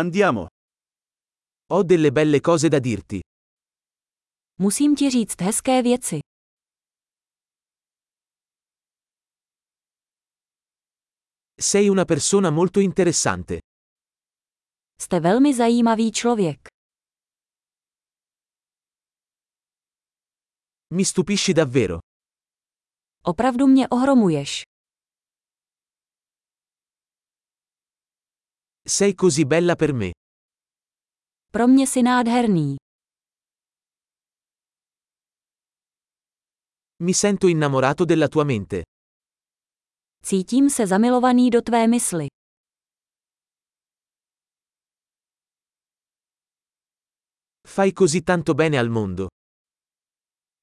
Andiamo. Ho delle belle cose da dirti. Musím ti říct hezké věci. Sei una persona molto interessante. Jste velmi zajímavý člověk. Mi stupisci davvero. Opravdu mě ohromuješ. Sei così bella per me. Pro mě si nádherný. Mi sento innamorato della tua mente. Cítím se zamilovaný do tvé mysli. Fai così tanto bene al mondo.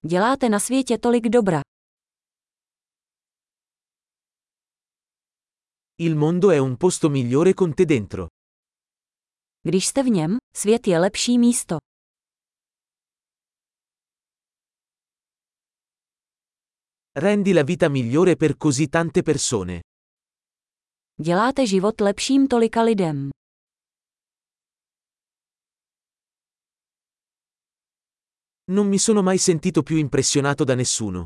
Děláte na světě tolik dobra. Il mondo è un posto migliore con te dentro. Když jste v něm, svět je lepší místo. Rendi la vita migliore per così tante persone. Děláte život lepším tolika lidem. Non mi sono mai sentito più impressionato da nessuno.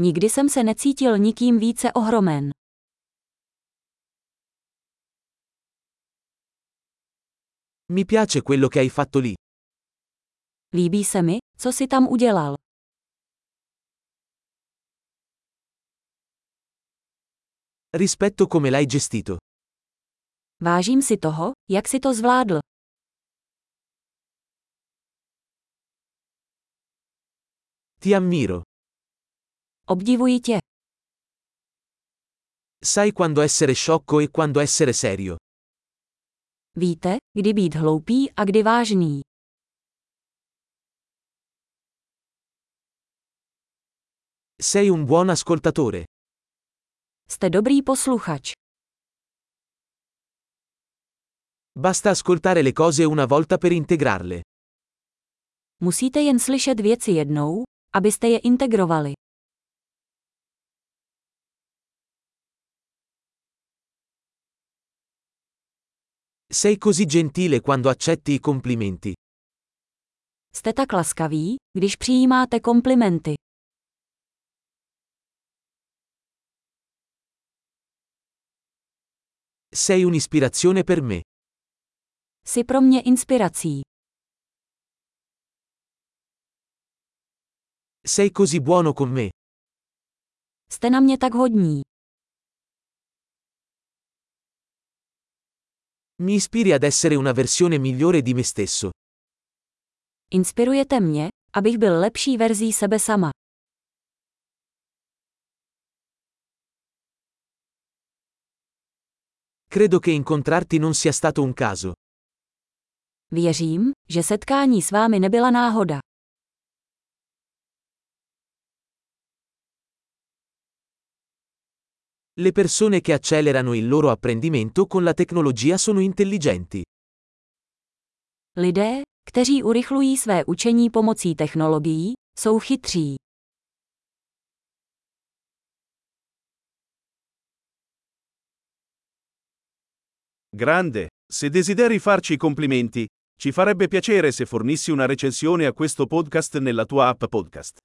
Nikdy jsem se necítil nikým více ohromen. Mi piace quello che hai fatto lì. Líbí se mi, co si tam udělal. Rispetto come l'hai gestito. Vážím si toho, jak si to zvládl. Ti ammiro. Obdivuji tě. Sai quando essere sciocco e quando essere serio. Víte, kdy být hloupý a kdy vážný. Sei un buon ascoltatore. Jste dobrý posluchač. Basta ascoltare le cose una volta per integrarle. Musíte jen slyšet věci jednou, abyste je integrovali. Sei così gentile quando accetti i complimenti. Jste tak laskaví, když přijímáte komplimenty. Sei un'ispirazione per me. Jsi pro mě inspirací. Sei così buono con me. Jste na mě tak hodní. Mi ispiri ad essere una versione migliore di me stesso. Inspirujete mě, abych byl lepší verzí sebe sama. Credo che incontrarti non sia stato un caso. Věřím, že setkání s vámi nebyla náhoda. Le persone che accelerano il loro apprendimento con la tecnologia sono intelligenti. Lidé, kteří urychlují své učení pomocí technologií, jsou chytří. Grande, se desideri farci i complimenti, ci farebbe piacere se fornissi una recensione a questo podcast nella tua app podcast.